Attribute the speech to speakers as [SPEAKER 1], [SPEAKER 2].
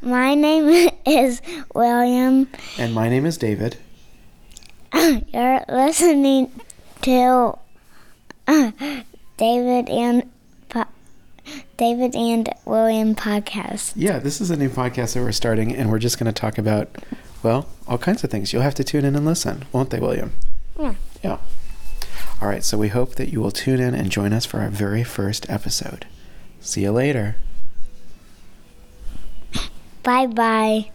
[SPEAKER 1] My name is William.
[SPEAKER 2] And my name is David.
[SPEAKER 1] You're listening to uh, David and po- David and William podcast.
[SPEAKER 2] Yeah, this is a new podcast that we're starting, and we're just going to talk about, well, all kinds of things. You'll have to tune in and listen, won't they, William?
[SPEAKER 1] Yeah.
[SPEAKER 2] Yeah. All right, so we hope that you will tune in and join us for our very first episode. See you later.
[SPEAKER 1] Bye bye.